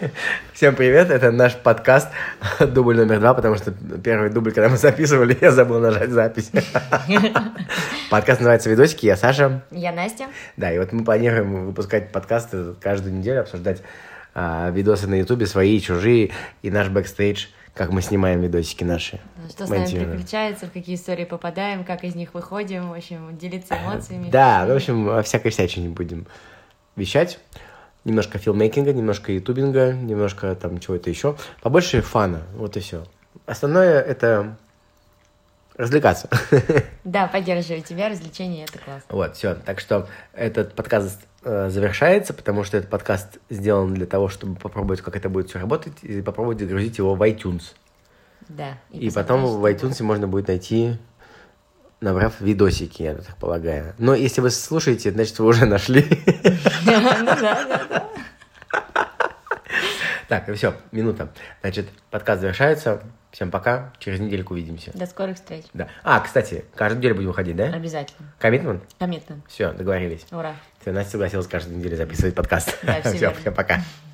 Всем привет, это наш подкаст дубль номер два, потому что первый дубль, когда мы записывали, я забыл нажать запись. Подкаст называется «Видосики», я Саша. Я Настя. Да, и вот мы планируем выпускать подкасты каждую неделю, обсуждать а, видосы на ютубе, свои, чужие, и наш бэкстейдж, как мы снимаем видосики наши. Ну, Что с нами Монтируем. приключается, в какие истории попадаем, как из них выходим, в общем, делиться эмоциями. Да, ну, в общем, о всякой всячине будем вещать. Немножко филмейкинга, немножко ютубинга, немножко там чего-то еще. Побольше фана, вот и все. Основное это развлекаться. Да, поддерживаю тебя, развлечения это классно. Вот, все. Так что этот подкаст э, завершается, потому что этот подкаст сделан для того, чтобы попробовать, как это будет все работать, и попробовать загрузить его в iTunes. Да. И посмотрим, потом что в iTunes можно будет найти, набрав видосики, я так полагаю. Но если вы слушаете, значит, вы уже нашли. будет. Ну да, да, да. Так, и все, минута. Значит, подкаст завершается. Всем пока. Через недельку увидимся. До скорых встреч. Да. А, кстати, каждую неделю будем выходить, да? Обязательно. Коммитмент? Комментно. Все, договорились. Ура. Всё, Настя согласилась каждую неделю записывать подкаст. Да, всё Все, верно. всем пока.